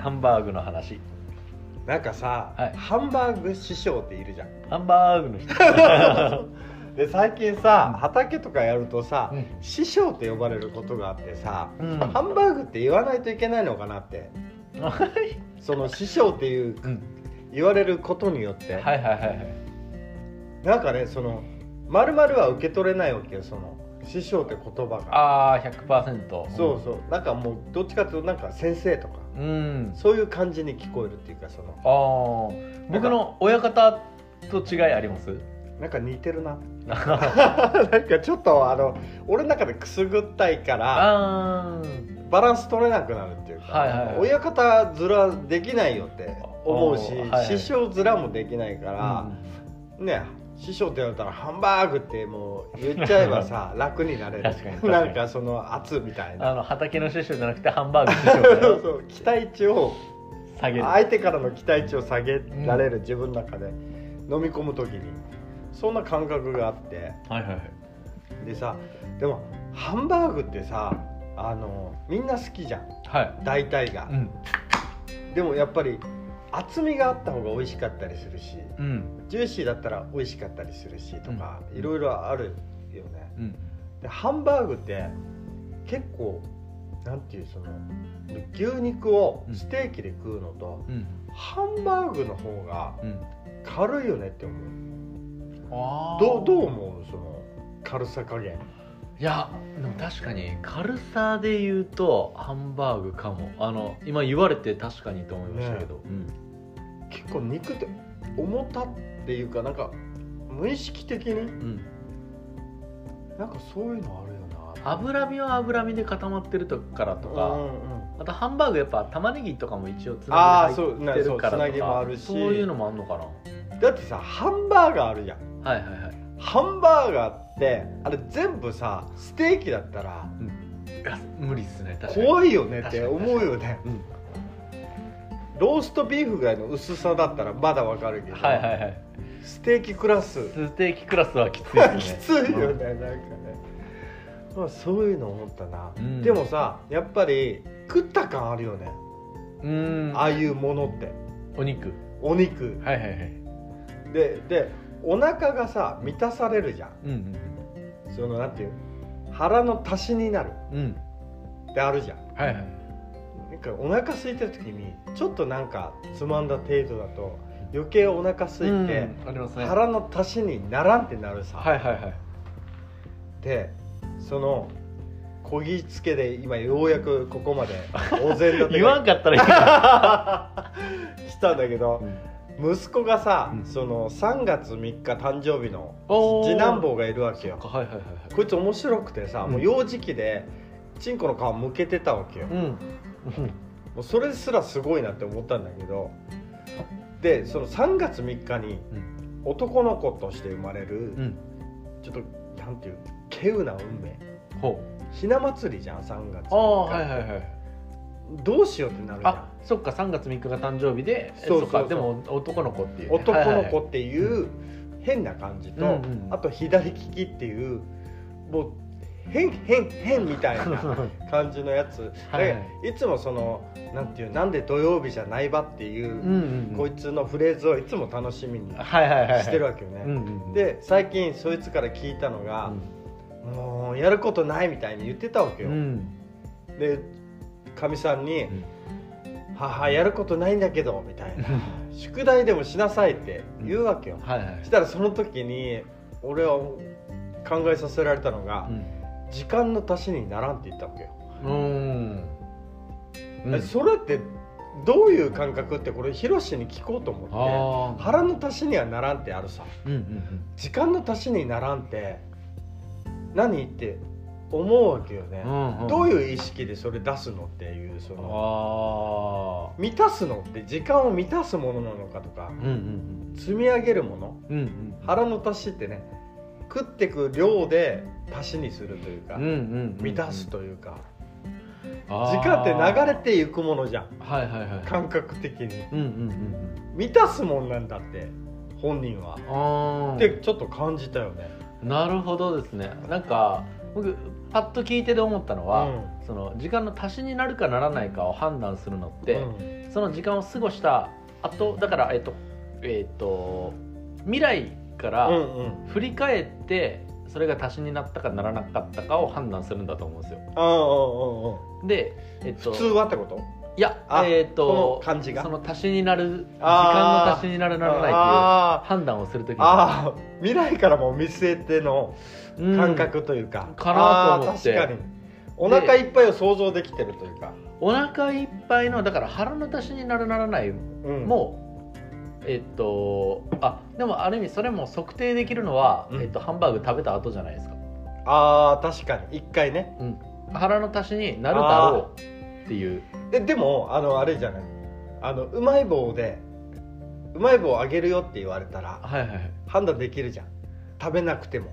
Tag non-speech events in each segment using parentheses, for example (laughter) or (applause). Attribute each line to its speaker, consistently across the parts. Speaker 1: ハンバーグの話
Speaker 2: なんかさ、
Speaker 1: はい
Speaker 2: ハンバーグ師匠っているじゃん
Speaker 1: ハンバーグの人、
Speaker 2: (laughs) で最近さ畑とかやるとさ、
Speaker 1: うん
Speaker 2: 師匠って呼ばれることがあってさ、
Speaker 1: うん
Speaker 2: ハンバーグって言わないといけないのかなって
Speaker 1: はい
Speaker 2: その師匠っていう
Speaker 1: うん
Speaker 2: 言われることによって、
Speaker 1: はいはいはいはい
Speaker 2: なんかねその丸々は受け取れないわけよその師匠って言葉が
Speaker 1: ああ100%
Speaker 2: そうそうなんかもうどっちかというとなんか先生とか
Speaker 1: うん
Speaker 2: そういう感じに聞こえるっていうかその
Speaker 1: ああ僕の親方と違いあります
Speaker 2: なんか似て
Speaker 1: (laughs)
Speaker 2: るななんかちょっとあの俺の中でくすぐったいから
Speaker 1: あー
Speaker 2: バランス取れなくなるっていうか、
Speaker 1: はいはいはい
Speaker 2: 親方面できないよって思うし、
Speaker 1: あはいはい
Speaker 2: 師匠面もできないか
Speaker 1: あ
Speaker 2: ら、ね師匠って言われたらハンバーグってもう言っちゃえば
Speaker 1: (laughs)
Speaker 2: さ楽になれる
Speaker 1: 確かに確か
Speaker 2: な
Speaker 1: に
Speaker 2: んかその圧みたいな
Speaker 1: あの畑の師匠じゃなくてハンバーグ師匠
Speaker 2: そう
Speaker 1: だよ
Speaker 2: そう期待値を
Speaker 1: 下げる
Speaker 2: 相手からの期待値を下げられる、自分の中で飲み込む時にそんな感覚があって
Speaker 1: はいはいはい
Speaker 2: でさでもハンバーグってさあのみんな好きじゃん
Speaker 1: はい
Speaker 2: 大体が
Speaker 1: う、ん
Speaker 2: でもやっぱり厚みがあった方が美味しかったりするし
Speaker 1: うん
Speaker 2: ジューシーだったら美味しかったりするしとか、いろいろあるよね
Speaker 1: うん
Speaker 2: でハンバーグって結構なんていうその牛肉をステーキで食うのと、
Speaker 1: うん
Speaker 2: ハンバーグの方が
Speaker 1: うん
Speaker 2: 軽いよねって思う
Speaker 1: あー
Speaker 2: どうどう思うその軽さ加減
Speaker 1: いやでも確かに軽さで言うとハンバーグかもあの今言われて確かにと思いましたけど、
Speaker 2: 結構肉って重たっていうかなんか無意識的に
Speaker 1: うん、うん、
Speaker 2: なんかそういうのあるよな
Speaker 1: 脂身は脂身で固まってるとからと
Speaker 2: う
Speaker 1: か、
Speaker 2: んうん
Speaker 1: あとハンバーグやっぱ玉ねぎとかも一応つ
Speaker 2: あ
Speaker 1: な
Speaker 2: ー
Speaker 1: ぎで入
Speaker 2: そうな
Speaker 1: ってるからと
Speaker 2: そうつな
Speaker 1: か
Speaker 2: ぎもあるし
Speaker 1: そういうのもあんのかな
Speaker 2: だってさハンバーガーあるやん
Speaker 1: はいはいはい
Speaker 2: ハンバーガーってあれ全部さステーキだったら
Speaker 1: いや無理っすね確かに
Speaker 2: 怖いよねって思うよね
Speaker 1: うん
Speaker 2: ローストビーフぐらいの薄さだったらまだわかるけど、
Speaker 1: はいはいはい
Speaker 2: ステーキクラス
Speaker 1: ステーキクラスはきついですね
Speaker 2: (laughs) きついよねなんかね、まあ、そういうの思ったな、
Speaker 1: うん
Speaker 2: でもさやっぱり食った感あるよね
Speaker 1: うん
Speaker 2: ああいうものって
Speaker 1: お肉
Speaker 2: お肉
Speaker 1: はいはいはい
Speaker 2: ででお腹がさ満たされるじゃん
Speaker 1: うん
Speaker 2: そのなんていう腹の足しになる
Speaker 1: うんうん
Speaker 2: ってあるじゃん
Speaker 1: はいはい
Speaker 2: なんかお腹空いてる時にちょっとなんかつまんだ程度だと余計お腹空いて、
Speaker 1: うんありますね
Speaker 2: 腹の足しにならんってなるさ、
Speaker 1: はいはいはい
Speaker 2: でそのこぎつけで今ようやくここまでお膳立て
Speaker 1: 言わ
Speaker 2: が
Speaker 1: んかったらいいか
Speaker 2: (laughs) 来たんだけど
Speaker 1: な
Speaker 2: 息子がさ、
Speaker 1: うん
Speaker 2: その3月3日誕生日の
Speaker 1: おー
Speaker 2: 次男坊がいるわけよ
Speaker 1: はいはいはいはい
Speaker 2: こいつ面白くてさ、
Speaker 1: うん
Speaker 2: もう幼児期でチンコの皮むけてたわけよ、
Speaker 1: うん
Speaker 2: もうそれすらすごいなって思ったんだけどでその3月3日に
Speaker 1: うん
Speaker 2: 男の子として生まれる、
Speaker 1: うん
Speaker 2: ちょっとなんていう稀有な運命
Speaker 1: ほう
Speaker 2: ひな祭りじゃん3月3日
Speaker 1: ああはいはいはい
Speaker 2: どうしようってなるじゃ
Speaker 1: あ
Speaker 2: ん
Speaker 1: そっか3月3日が誕生日でえ
Speaker 2: そう
Speaker 1: そ
Speaker 2: そう
Speaker 1: っ
Speaker 2: そう
Speaker 1: かでも男の子っていうね
Speaker 2: 男
Speaker 1: はい
Speaker 2: の
Speaker 1: はい
Speaker 2: 子
Speaker 1: はい
Speaker 2: っていう変な感じと、
Speaker 1: うんうん
Speaker 2: あと左利きっていうもう変変変みたい
Speaker 1: (laughs)
Speaker 2: な感じのやつ、
Speaker 1: はいは
Speaker 2: でいつもそのなんていうなんで土曜日じゃないばっていうう、
Speaker 1: んうん
Speaker 2: こいつのフレーズをいつも楽しみに
Speaker 1: はいはいはい
Speaker 2: してるわけよね、
Speaker 1: うんうんうん
Speaker 2: で最近そいつから聞いたのが、もうやることないみたいに言ってたわけ
Speaker 1: う
Speaker 2: よ、
Speaker 1: ん
Speaker 2: でかみさんに
Speaker 1: うん
Speaker 2: 「母やることないんだけど」みたいな「宿題でもしなさい」って言うわけよ、
Speaker 1: はいはい
Speaker 2: したらその時に俺は考えさせられたのが、時間の足しにならんって言ったわけよ、
Speaker 1: うんうん
Speaker 2: えそれってどういう感覚ってこれヒロシに聞こうと思って
Speaker 1: ああ
Speaker 2: 腹の足しにはならんってあるさ
Speaker 1: うんうんうん
Speaker 2: 時間の足しにならんって何って思うわけよね、
Speaker 1: うんうん
Speaker 2: どういう意識でそれ出すのっていうその
Speaker 1: ああ
Speaker 2: 満たすのって時間を満たすものなのかとか
Speaker 1: うんうん
Speaker 2: 積み上げるもの
Speaker 1: うんうんうん
Speaker 2: 腹の足しってね食ってく量で足しにするというか、
Speaker 1: うんうんうんうん
Speaker 2: 満たすというか、
Speaker 1: あー
Speaker 2: 時間って流れていくものじゃん
Speaker 1: はいはいはい
Speaker 2: 感覚的に
Speaker 1: うんうんうんうん
Speaker 2: 満たすもんなんだって本人は、
Speaker 1: あー
Speaker 2: ってちょっと感じたよね
Speaker 1: なるほどですねなんか僕パッと聞いてて思ったのは、
Speaker 2: う
Speaker 1: その時間の足しになるかならないかを判断するのっ
Speaker 2: ん
Speaker 1: て、
Speaker 2: うん
Speaker 1: その時間を過ごした後だからえっ、とえっ、と未来から、
Speaker 2: うんうん
Speaker 1: 振り返ってそれが足しになったかならなかったかを判断するんだと思うんですよ
Speaker 2: ああああああ
Speaker 1: で、えっと、
Speaker 2: 普通はってこと
Speaker 1: いや
Speaker 2: あ
Speaker 1: えっ
Speaker 2: ことの感じが
Speaker 1: その足しになる時間
Speaker 2: あー
Speaker 1: の足しになるならないっていう
Speaker 2: あ
Speaker 1: 判断をするとき
Speaker 2: ーあー未来からも見据えての
Speaker 1: うん
Speaker 2: 感覚というか、
Speaker 1: かなと思って
Speaker 2: あー確かにお腹いっぱいを想像できてるというか、
Speaker 1: お腹いっぱいのだから腹の足しになるならない
Speaker 2: うん、
Speaker 1: も、えっとあでもある意味それも測定できるのは、
Speaker 2: うん
Speaker 1: えっと、ハンバーグ食べた後じゃないですか、
Speaker 2: あー確かに一回ね
Speaker 1: うん、腹の足しになるだろうっていう
Speaker 2: ででもあのあれじゃないあのうまい棒でうまい棒あげるよって言われたら
Speaker 1: はいはいはい
Speaker 2: 判断できるじゃん食べなくても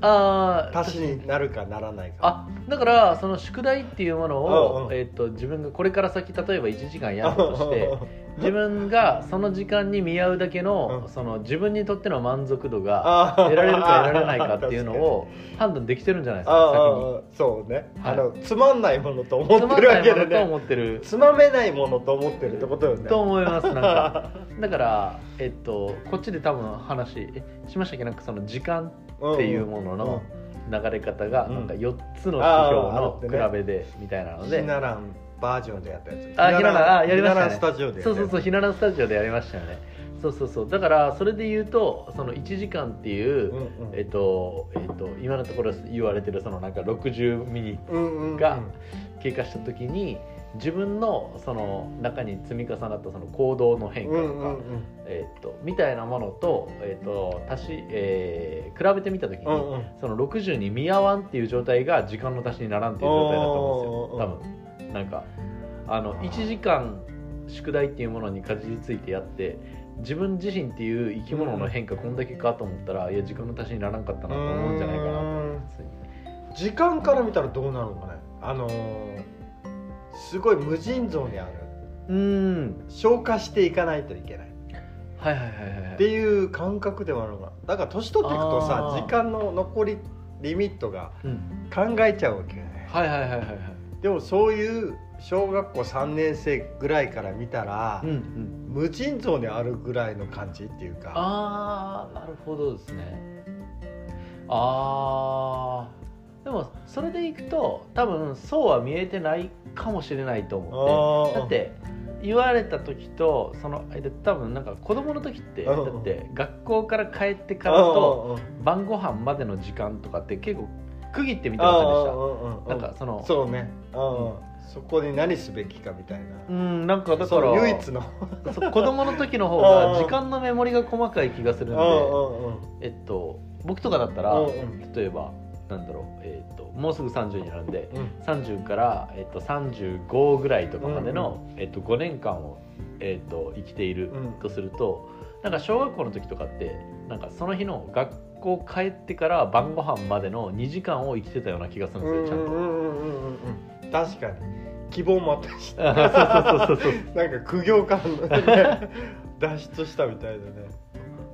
Speaker 1: あー
Speaker 2: 足しになるかならないか
Speaker 1: あだからその宿題っていうもの
Speaker 2: うん
Speaker 1: を、
Speaker 2: うん、
Speaker 1: えっと自分がこれから先例えば1時間やるとして自分がその時間に見合うだけの,、
Speaker 2: うん
Speaker 1: その自分にとっての満足度が
Speaker 2: あ (laughs) ー
Speaker 1: 得られるか得られないかっていうのを判断できてるんじゃないです
Speaker 2: ああ
Speaker 1: か
Speaker 2: ああそうね、
Speaker 1: はい
Speaker 2: あのつまんないものと
Speaker 1: 先につ
Speaker 2: 思っ
Speaker 1: まん
Speaker 2: てる
Speaker 1: な
Speaker 2: わけ
Speaker 1: いも
Speaker 2: で
Speaker 1: のと
Speaker 2: ね
Speaker 1: 思ってる
Speaker 2: つまめないものと思ってるってことよね
Speaker 1: と思いますなんか
Speaker 2: (laughs)
Speaker 1: だから
Speaker 2: っ
Speaker 1: えっとこっちで多分話えしましたっけなんかその時間っていうものの流れ方が
Speaker 2: うん
Speaker 1: なんか4つの
Speaker 2: あー
Speaker 1: 指標の比べでみたいなので
Speaker 2: ひならんバージョンでやったやつ
Speaker 1: あひならんあやりましたね
Speaker 2: ひならんスタジオでやった
Speaker 1: そう
Speaker 2: やつ
Speaker 1: そうそうひならスタジオでやりましたよねそうそうそうだからそれで言うとその1時間っていう、
Speaker 2: うんうん
Speaker 1: えっとえっと今のところ言われてるそのなんか60ミニ
Speaker 2: うんうんうん
Speaker 1: が経過した時に自分のその中に積み重なったその行動の変
Speaker 2: う
Speaker 1: 化とか、
Speaker 2: んうんうん
Speaker 1: えっとみたいなものと,、えっと足し、えー比べてみた時に、
Speaker 2: うんうん
Speaker 1: その60に見合わんっていう状態が時間の足しにならんっていう状態だと思うんですよ多分なんかあの1時間宿題っていうものにかじりついてやって自分自身っていう生き物の変化こんだけかと思ったらいや時間の足しにならんかったなと思うんじゃないかなと思います
Speaker 2: 時間から見たらどうなるのかねあのーすごい無尽蔵にある
Speaker 1: うん
Speaker 2: 消化していかないといけない
Speaker 1: はいはいはいはい
Speaker 2: っていう感覚ではあるのかなだから年取っていくとさ
Speaker 1: あー
Speaker 2: 時間の残りリミットが
Speaker 1: うん、
Speaker 2: 考えちゃうわけよね
Speaker 1: はいはいはいはいはい
Speaker 2: でもそういう小学校3年生ぐらいから見たら、
Speaker 1: うんうん
Speaker 2: 無尽蔵にあるぐらいの感じっていうか
Speaker 1: ああなるほどですねああでもそれでいくと多分そうは見えてないかもしれないと思ってだ
Speaker 2: ー
Speaker 1: って言われた時とそのえで多分なんか子供の時ってだ
Speaker 2: うん
Speaker 1: って学校から帰ってからと
Speaker 2: うんうんうん
Speaker 1: 晩ご飯までの時間とかって結構区切ってみてませんでした
Speaker 2: うんうんうん
Speaker 1: なんかその
Speaker 2: そうね、うん
Speaker 1: うん
Speaker 2: そこに何すべきかみたいな、
Speaker 1: うんなんかだ
Speaker 2: そ
Speaker 1: から
Speaker 2: の唯一の
Speaker 1: そう子供の時の方
Speaker 2: うん
Speaker 1: が時間のメモリが細かい気がするんで
Speaker 2: う
Speaker 1: えっと僕とかだったら
Speaker 2: んうんうん
Speaker 1: 例えばなんだろうえっともうすぐ30になるんで
Speaker 2: うん
Speaker 1: 30から、えっと、35ぐらいとかまでの、えっと、5年間を、えっと、生きている
Speaker 2: うん
Speaker 1: とすると、なんか小学校の時とかってなんかその日の学校帰ってから晩ご飯までの2時間を生きてたような気がするんです
Speaker 2: (laughs)
Speaker 1: よちゃんと。
Speaker 2: うんうんうんうん確かに希望もあったし
Speaker 1: そうそうそうそう
Speaker 2: なんか苦行からの
Speaker 1: (laughs)
Speaker 2: ね脱出したみたいだね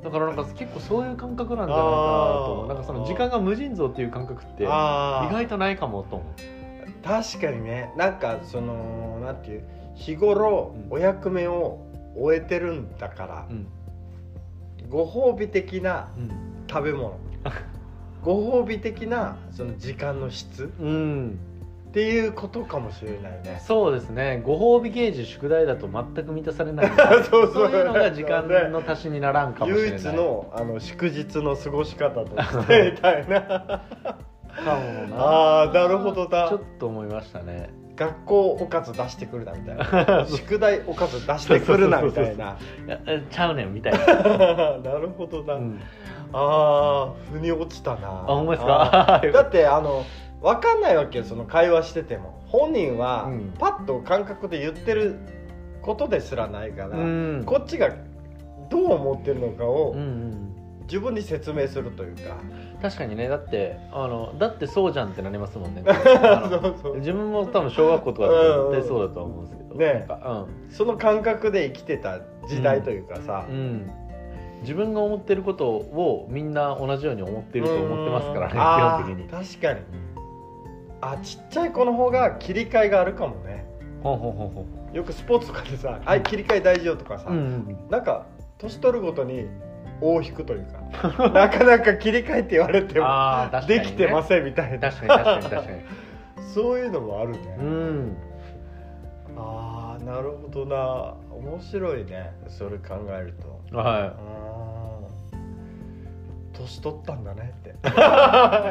Speaker 1: だからなんか結構そういう感覚なんじゃないかなと思
Speaker 2: あー
Speaker 1: うなんかその時間が無尽蔵っていう感覚って意
Speaker 2: あー
Speaker 1: 外とないかもと思う
Speaker 2: 確かにねなんかそのなんていう日頃
Speaker 1: うん
Speaker 2: お役目を終えてるんだから、
Speaker 1: うん
Speaker 2: ご褒美的な
Speaker 1: うん
Speaker 2: 食
Speaker 1: (laughs)
Speaker 2: べ物ご褒美的なその時間の質
Speaker 1: うん
Speaker 2: っていうことかもしれないね
Speaker 1: そうですねご褒美ゲージ宿題だと全く満たされない
Speaker 2: (laughs) そうそう
Speaker 1: いうのが時間の足しにならんかもしれない
Speaker 2: 唯一のあの祝日の過ごし方としてみた
Speaker 1: (laughs)
Speaker 2: いな
Speaker 1: かもな
Speaker 2: あーなるほどだ
Speaker 1: ちょっと思いましたね
Speaker 2: 学校おかず出してくるなみたいな宿題おかず出してくるなみたいな
Speaker 1: いやえちゃうねんみたい
Speaker 2: (laughs)
Speaker 1: な、
Speaker 2: なるほどな、
Speaker 1: うん
Speaker 2: あー腑に落ちたな
Speaker 1: あほんまですか (laughs)
Speaker 2: あーだってあの分かんないわけよその会話してても本人は
Speaker 1: うん
Speaker 2: パッと感覚で言ってることですらないから、
Speaker 1: うん
Speaker 2: こっちがどう思ってるのか
Speaker 1: う
Speaker 2: を
Speaker 1: んうん
Speaker 2: 自分に説明するというか、
Speaker 1: 確かにねだってあのだってそうじゃんってなりますもん
Speaker 2: (laughs)
Speaker 1: ねあの
Speaker 2: そうそう
Speaker 1: 自分も多分小学校とかだと絶対そうだと思うんですけど
Speaker 2: うんうんね
Speaker 1: なんか
Speaker 2: その感覚で生きてた時代というかさ、
Speaker 1: うん、うん自分が思ってることをみんな同じように思ってると思ってますからね基本的に
Speaker 2: あー確かにあちっちゃい子の方が切り替えがあるかもね
Speaker 1: ほんほんほんほん
Speaker 2: よくスポーツとかでさ「あい切り替え大事よ」とかさ、
Speaker 1: うん
Speaker 2: なんか年取るごとに大引くというか (laughs) なかなか切り替えって言われても
Speaker 1: あー確かに
Speaker 2: で
Speaker 1: ね
Speaker 2: きてませんみたいな
Speaker 1: 確かに確かに確かに
Speaker 2: そういうのもあるね、
Speaker 1: うん
Speaker 2: ああなるほどな面白いねそれ考えると
Speaker 1: は
Speaker 2: あー年取ったんだねって
Speaker 1: (laughs)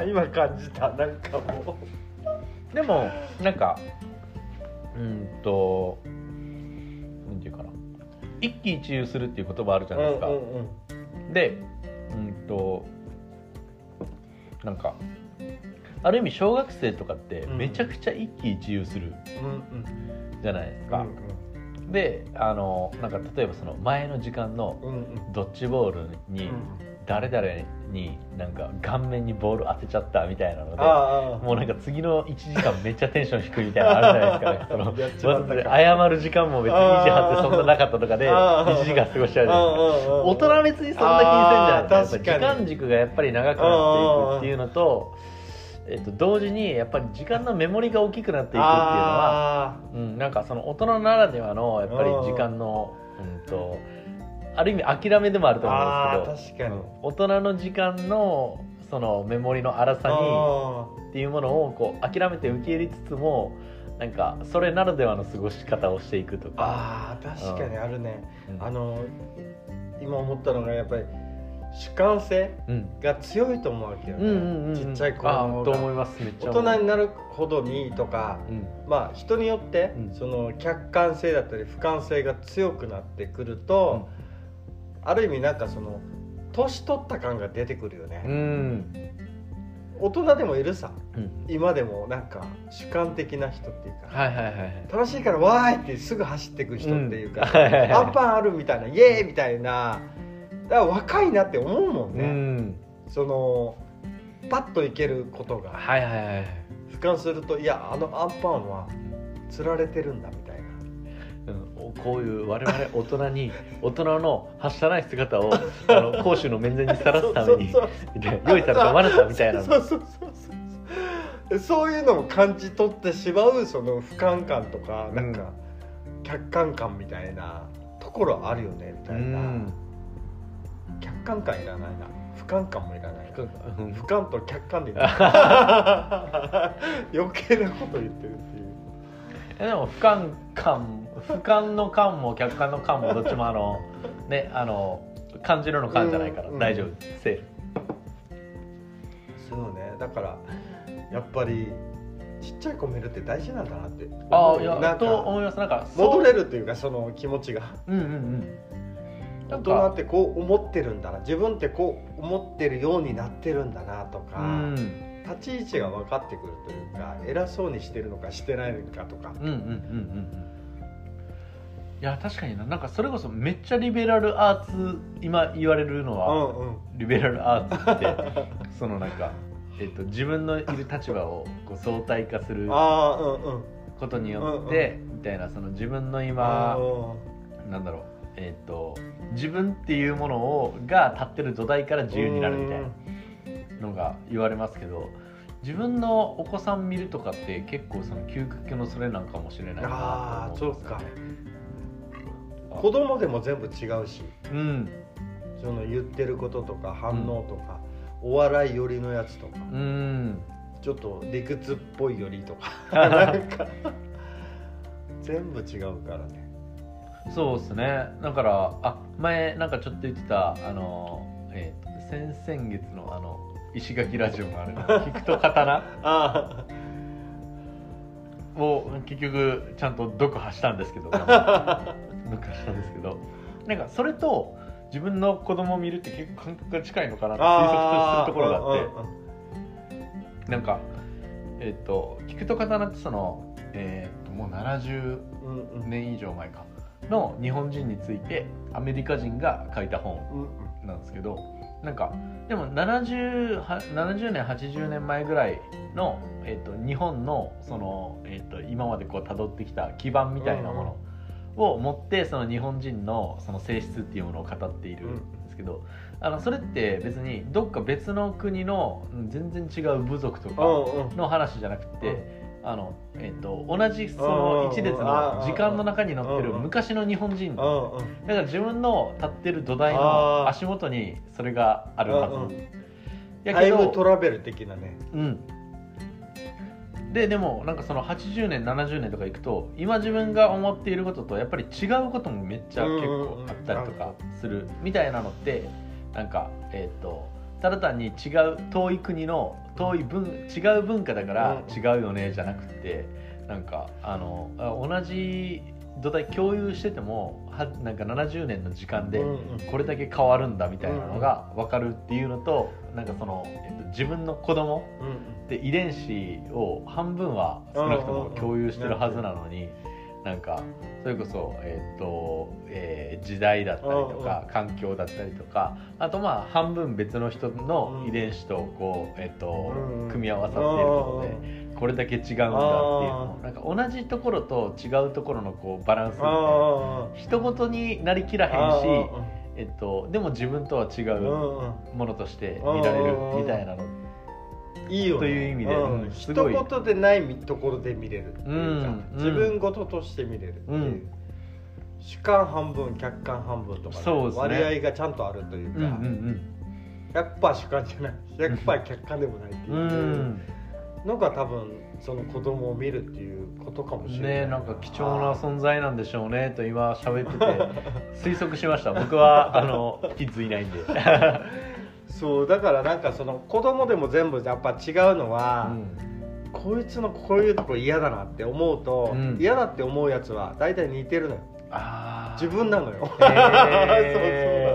Speaker 2: 今感じたなんかも
Speaker 1: いでもなんかうんとなんていうかな一喜一憂するっていう言葉あるじ
Speaker 2: う
Speaker 1: ゃないですか、
Speaker 2: うんうん
Speaker 1: でうんとなんかある意味小学生とかって
Speaker 2: うん
Speaker 1: めちゃくちゃ一喜一憂する
Speaker 2: うん
Speaker 1: じゃないです
Speaker 2: う
Speaker 1: か、
Speaker 2: ん
Speaker 1: であのなんか例えばその前の時間の
Speaker 2: うんうん
Speaker 1: ドッジボールに誰々になんか顔面にボール当てちゃったみたいなので
Speaker 2: あ
Speaker 1: もうなんか次の1時間めっちゃテンション低いみたいなのあるじゃないです
Speaker 2: (laughs)
Speaker 1: か、ね、
Speaker 2: やっち
Speaker 1: そ
Speaker 2: ま
Speaker 1: の
Speaker 2: っ
Speaker 1: ま
Speaker 2: た
Speaker 1: ず
Speaker 2: か
Speaker 1: 謝る時間も別に28ってそんななかったとかで
Speaker 2: あー
Speaker 1: 1時間過ごしちゃうじゃないですか大
Speaker 2: 大
Speaker 1: 人は別にそんな気にせんじゃない
Speaker 2: あー
Speaker 1: ですか
Speaker 2: 確かに
Speaker 1: やっぱ時間軸がやっぱり長くなっていくっていうのと、えっと、同時にやっぱり時間のメモリが大きくなっていくっていうのは、うん、なんかその大人ならではのやっぱり時間の、うん、とある意味諦めでもあると思うんですけど
Speaker 2: 確かに
Speaker 1: 大人の時間のそのメモリの荒さにっていうものをこう諦めて受け入れつつもなんかそれならではの過ごし方をしていくとか。
Speaker 2: あー確かにあるね
Speaker 1: うん
Speaker 2: あの今思ったのがやっぱり主観性
Speaker 1: うん
Speaker 2: が強いと思うわけよ
Speaker 1: うんうんうんうん
Speaker 2: ねちっちゃい子
Speaker 1: あ
Speaker 2: の方
Speaker 1: ーと思
Speaker 2: が
Speaker 1: いますめっちゃ
Speaker 2: 大
Speaker 1: 思う
Speaker 2: 人になるほどにとか
Speaker 1: うん
Speaker 2: まあ人によって
Speaker 1: うん
Speaker 2: その客観性だったり俯瞰性が強くなってくるとある意味なんかその年取った感が出てくるよ
Speaker 1: う
Speaker 2: ね
Speaker 1: ん、
Speaker 2: 大人でもいるさ
Speaker 1: うん、
Speaker 2: 今でもなんか主観的な人っていうか
Speaker 1: はいはいはいはい
Speaker 2: 楽しいからわーいってすぐ走っていく人っていうか、
Speaker 1: うん
Speaker 2: アンパンあるみたいなイエーイみたいなだから若いなって思うもん
Speaker 1: う
Speaker 2: ね、
Speaker 1: ん
Speaker 2: そのパッといけることが
Speaker 1: はいはいはいはい、
Speaker 2: 俯瞰するといやあのアンパンは釣られてるんだみたいな
Speaker 1: うん、おこういう我々大人 (laughs) に大人のはしたない姿をあの公衆の面前にさらすために
Speaker 2: そうそう
Speaker 1: みたいな良いたら飲まれたみたいな
Speaker 2: そうそうそうそうそういうのも感じ取ってしまうその俯瞰感とかなんか客観感みたいなところあるよねみ
Speaker 1: う
Speaker 2: たいな、
Speaker 1: ん
Speaker 2: 客観感いらないな俯瞰感もいらないな
Speaker 1: うん
Speaker 2: 俯瞰と客観で
Speaker 1: (laughs)
Speaker 2: 言ってる余計なこと言ってるっていう
Speaker 1: えでも俯瞰感俯瞰の感も客観の感もどっちもあのねあの感じるの感じゃないから
Speaker 2: うん
Speaker 1: 大丈夫セーフ
Speaker 2: そうねだからやっぱりちっちゃい子見るって大事なんだなって
Speaker 1: ああい
Speaker 2: な
Speaker 1: や
Speaker 2: んか
Speaker 1: と思いますなんかそう
Speaker 2: 戻れるというかその気持ちが
Speaker 1: うんうんな
Speaker 2: 大
Speaker 1: んか
Speaker 2: 人ってこう思ってるんだな自分ってこう思ってるようになってるんだなと
Speaker 1: う
Speaker 2: か、
Speaker 1: んうん
Speaker 2: 立ち位置が分かってくるというか偉そうにしてるのかしてないのかとか
Speaker 1: うんうんうんうんうんいや確かにななんかそれこそめっちゃリベラルアーツ今言われるの
Speaker 2: う
Speaker 1: は、
Speaker 2: んうん
Speaker 1: リベラルアーツってそのなんか、えっと、自分のいる立場をこう相対化する
Speaker 2: ああうんうん
Speaker 1: ことによって、みたいなその自分の今、なんだろうえっと自分っていうものをが立ってる土台から自由になるみたいなのが言われますけど自分のお子さん見るとかって結構その究極のそれなんかもしれないな
Speaker 2: ああ
Speaker 1: と
Speaker 2: そ
Speaker 1: 思
Speaker 2: う
Speaker 1: うんですよ
Speaker 2: か
Speaker 1: ね
Speaker 2: 子供でも全部違うし
Speaker 1: うん
Speaker 2: その言ってることとか反応とか、お笑い寄りのやつとか、
Speaker 1: うん
Speaker 2: ちょっと理屈っぽい寄りとかなんか全部違うからね
Speaker 1: そうですねだからあ前なんかちょっと言ってたあのえーと先々月のあの石垣ラジオのあれの (laughs) 聞くと刀
Speaker 2: あ
Speaker 1: を結局ちゃんと読破したんです (laughs) けど読
Speaker 2: あ
Speaker 1: 破したんですけどなんかそれと自分の子供を見るって結構感覚が近いのかなって推測するところがあって
Speaker 2: て
Speaker 1: なんかえっ、と聞くと刀ってそのえっ、ともう70
Speaker 2: うんうんうん
Speaker 1: 年以上前かの日本人についてアメリカ人が書いた本
Speaker 2: うん
Speaker 1: なんですけどなんかでも 70, は70年80年前ぐらいの、えっと日本のその、えっと今までこう辿ってきた基盤みたいなものを持ってその日本人のその性質っていうものを語っているんですけど。けどあのそれって別にどっか別の国のうん全然違う部族と
Speaker 2: う
Speaker 1: か
Speaker 2: んうん
Speaker 1: の話じゃなく
Speaker 2: うん
Speaker 1: て。あのえっと同じその一列の時間の中に乗ってる
Speaker 2: うん
Speaker 1: 昔の日本人
Speaker 2: う
Speaker 1: だ
Speaker 2: んうん
Speaker 1: から自分の立ってる土台
Speaker 2: あ
Speaker 1: の
Speaker 2: ー
Speaker 1: 足元にそれがあるは
Speaker 2: うんう
Speaker 1: ず
Speaker 2: ん
Speaker 1: や
Speaker 2: タ
Speaker 1: け
Speaker 2: イ
Speaker 1: ど
Speaker 2: ムトラベル的なね
Speaker 1: うんででもなんかその80年70年とか行くと今自分が思っていることとやっぱり違うこともめっちゃ結構あったりとかするみたいなのってなんかえっ、とただ単に違う遠い国の遠い文違う文化だから
Speaker 2: うん
Speaker 1: 違うよねじゃなくてなんかあのあ同じ土台共有しててもはなんか70年の時間で
Speaker 2: うんうん
Speaker 1: これだけ変わるんだみたいなのが分かるっていうのとなんかその、えっと、自分の子供
Speaker 2: うん
Speaker 1: で遺伝子を半分は少なくと
Speaker 2: うんうん
Speaker 1: も
Speaker 2: うん
Speaker 1: 共有してるはずなのになんかそれこそ、えっとえー時代だったりとか環境だったりとかあとまあ半分別の人の遺伝子とこう、えっと
Speaker 2: うんうん
Speaker 1: 組み合わさっていることで。これだけ違うんだっていうのをなんか同じところと違うところのこうバランスみたいな
Speaker 2: あ
Speaker 1: 人ごとになりきら
Speaker 2: あああ
Speaker 1: へんしえっと、でも自分とは違
Speaker 2: うん
Speaker 1: う
Speaker 2: うん
Speaker 1: ものとして見られるみたいなの
Speaker 2: いいよね
Speaker 1: という意味で
Speaker 2: うん
Speaker 1: うんす
Speaker 2: 一
Speaker 1: ごい
Speaker 2: 言でないところで見れるっていうか
Speaker 1: うんうん
Speaker 2: 自分ごととして見れるっていううん主観半分客観半分とかね
Speaker 1: そうですね
Speaker 2: 割合がちゃんとあるという
Speaker 1: うんう
Speaker 2: か
Speaker 1: ん
Speaker 2: 100%主観じゃない100%客観でもないって
Speaker 1: うんう
Speaker 2: いうんのが多分その子供を見るっていうことかもしれない
Speaker 1: ねなんか貴重な存在なんでしょうねと今喋 (laughs) ってて推測しました僕はあのキッズいないんで
Speaker 2: そうだからなんかその子供でも全部やっぱ違うの
Speaker 1: う
Speaker 2: は、
Speaker 1: ん
Speaker 2: こいつのこういうとこ嫌だなって思うと、
Speaker 1: うん
Speaker 2: 嫌だって思うやつは大体似てるのよ
Speaker 1: あー
Speaker 2: 自分なの (laughs) よ、
Speaker 1: へー
Speaker 2: そうそうな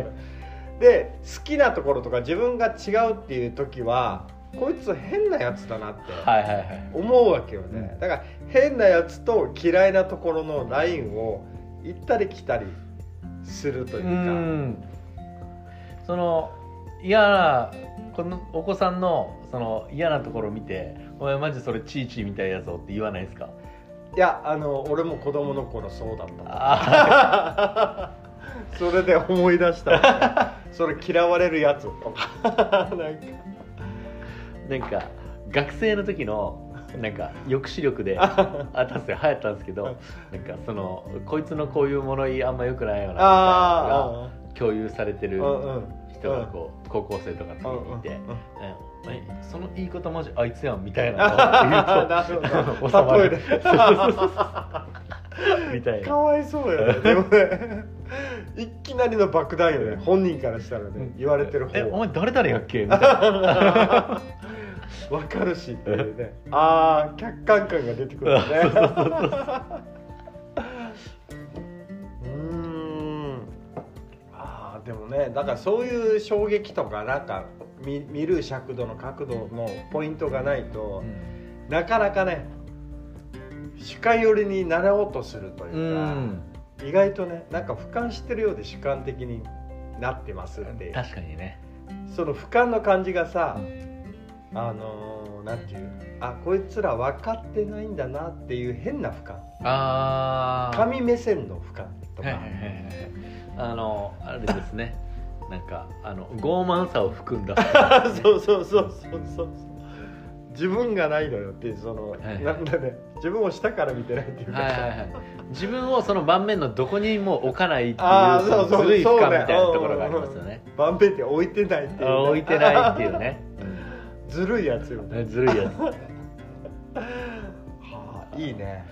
Speaker 2: ので好きなところとか自分が違うっていう時はこいつ変なやつだなって
Speaker 1: はいはいはい
Speaker 2: 思うわけよね、
Speaker 1: うん
Speaker 2: だから変なやつと嫌いなところのラインを行ったり来たりするといううか、
Speaker 1: んその嫌なこのお子さんのその嫌なところを見て「お前マジそれチーチーみたいやぞ」って言わないですか
Speaker 2: いやあの俺も子供の頃そうだった
Speaker 1: あ
Speaker 2: それで思い出
Speaker 1: (laughs)
Speaker 2: したそれ嫌われるやつとかなんか
Speaker 1: ーなんか学生の時のなんか抑止力であたすよ流行ったんですけどなんかそのこいつのこういう物言いあんま良くないよなみたいなの
Speaker 2: あ
Speaker 1: が共有されて
Speaker 2: ー
Speaker 1: る人がこう高校生とかの時
Speaker 2: うん
Speaker 1: にいて
Speaker 2: うんうん
Speaker 1: 「えお前その言い方マジあいつやん」みたいなのを
Speaker 2: (laughs) なる
Speaker 1: 言
Speaker 2: ほ
Speaker 1: うと収ま
Speaker 2: ど例え
Speaker 1: る
Speaker 2: で
Speaker 1: (laughs) みたいな
Speaker 2: (laughs) か。わいそうやねでもねいきなりの爆弾よね本人からしたらね言われてる
Speaker 1: えお
Speaker 2: 方
Speaker 1: 前誰々やっけみたいな
Speaker 2: わかるしっていうねああ客観感が出てくるよねうーんあーでもねだからそういう衝撃とかなんか見見る尺度の角度のポイントがないと、なかなかね主観寄りに習おうとするといううか、
Speaker 1: ん
Speaker 2: 意外とねなんか俯瞰してるようで主観的になってますっていう
Speaker 1: 確かにね
Speaker 2: その俯瞰の感じがさ、
Speaker 1: う
Speaker 2: あのー、なんていうあこいつら分かってないんだなっていう変な俯瞰
Speaker 1: ああ
Speaker 2: 神目線の俯瞰とか、
Speaker 1: はいはいはいはいあのあれですね (laughs) なんかあの傲慢さを含 (laughs) んだ
Speaker 2: (laughs) そうそうそうそうそう自分がないのよっていうその、
Speaker 1: いはい
Speaker 2: なんだね自分を下から見てないっていうか、
Speaker 1: はいはいはい自分をその盤面のどこにも置かないってい
Speaker 2: あ
Speaker 1: う
Speaker 2: ーそうそう
Speaker 1: そのずるい俯
Speaker 2: そうね
Speaker 1: 瞰みたいなところがありますよね
Speaker 2: 万遍って置いてないっていうね、
Speaker 1: あ置いてないっていうね
Speaker 2: (laughs) ずるいやつよ
Speaker 1: う
Speaker 2: ね
Speaker 1: んず (laughs) るいやつ
Speaker 2: はあいいね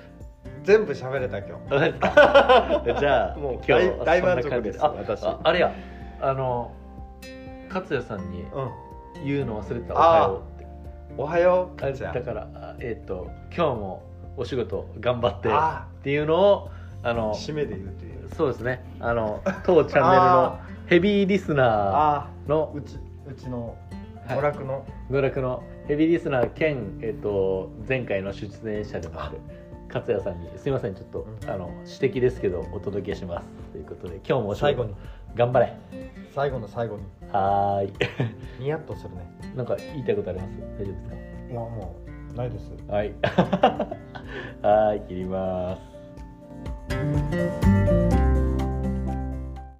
Speaker 2: 全部喋れた今
Speaker 1: どうですかじゃあ
Speaker 2: もう
Speaker 1: 今日
Speaker 2: 大大
Speaker 1: そんな
Speaker 2: 満足
Speaker 1: 感じ
Speaker 2: です
Speaker 1: あ
Speaker 2: 私
Speaker 1: ああれやあの勝也さんに
Speaker 2: 日、うん、
Speaker 1: 言うの忘れてた「おはよう」って
Speaker 2: おはよう
Speaker 1: あ
Speaker 2: かつや
Speaker 1: だからあえっ、と今日もお仕事頑張ってっ
Speaker 2: あ
Speaker 1: ていうのをあの
Speaker 2: 締めで言うという
Speaker 1: そうですねあの当チャンネルの
Speaker 2: あ
Speaker 1: ヘビーリスナ
Speaker 2: あ
Speaker 1: ーの
Speaker 2: うちうちの
Speaker 1: はい
Speaker 2: 娯楽の、
Speaker 1: 娯楽のヘビーリスナー兼、えっと前回の出演者でもある勝也さんにすいませんちょっと、
Speaker 2: うん
Speaker 1: あの私的ですけどお届けしますということで今日もお仕
Speaker 2: 最後
Speaker 1: 事
Speaker 2: に
Speaker 1: 頑張れ
Speaker 2: 最後の最後に
Speaker 1: はー
Speaker 2: ニヤッとするね
Speaker 1: い (laughs) なんか言いたいことあります大丈夫ですか
Speaker 2: いやもうな
Speaker 1: (laughs)
Speaker 2: いです
Speaker 1: はい。はい、切ります。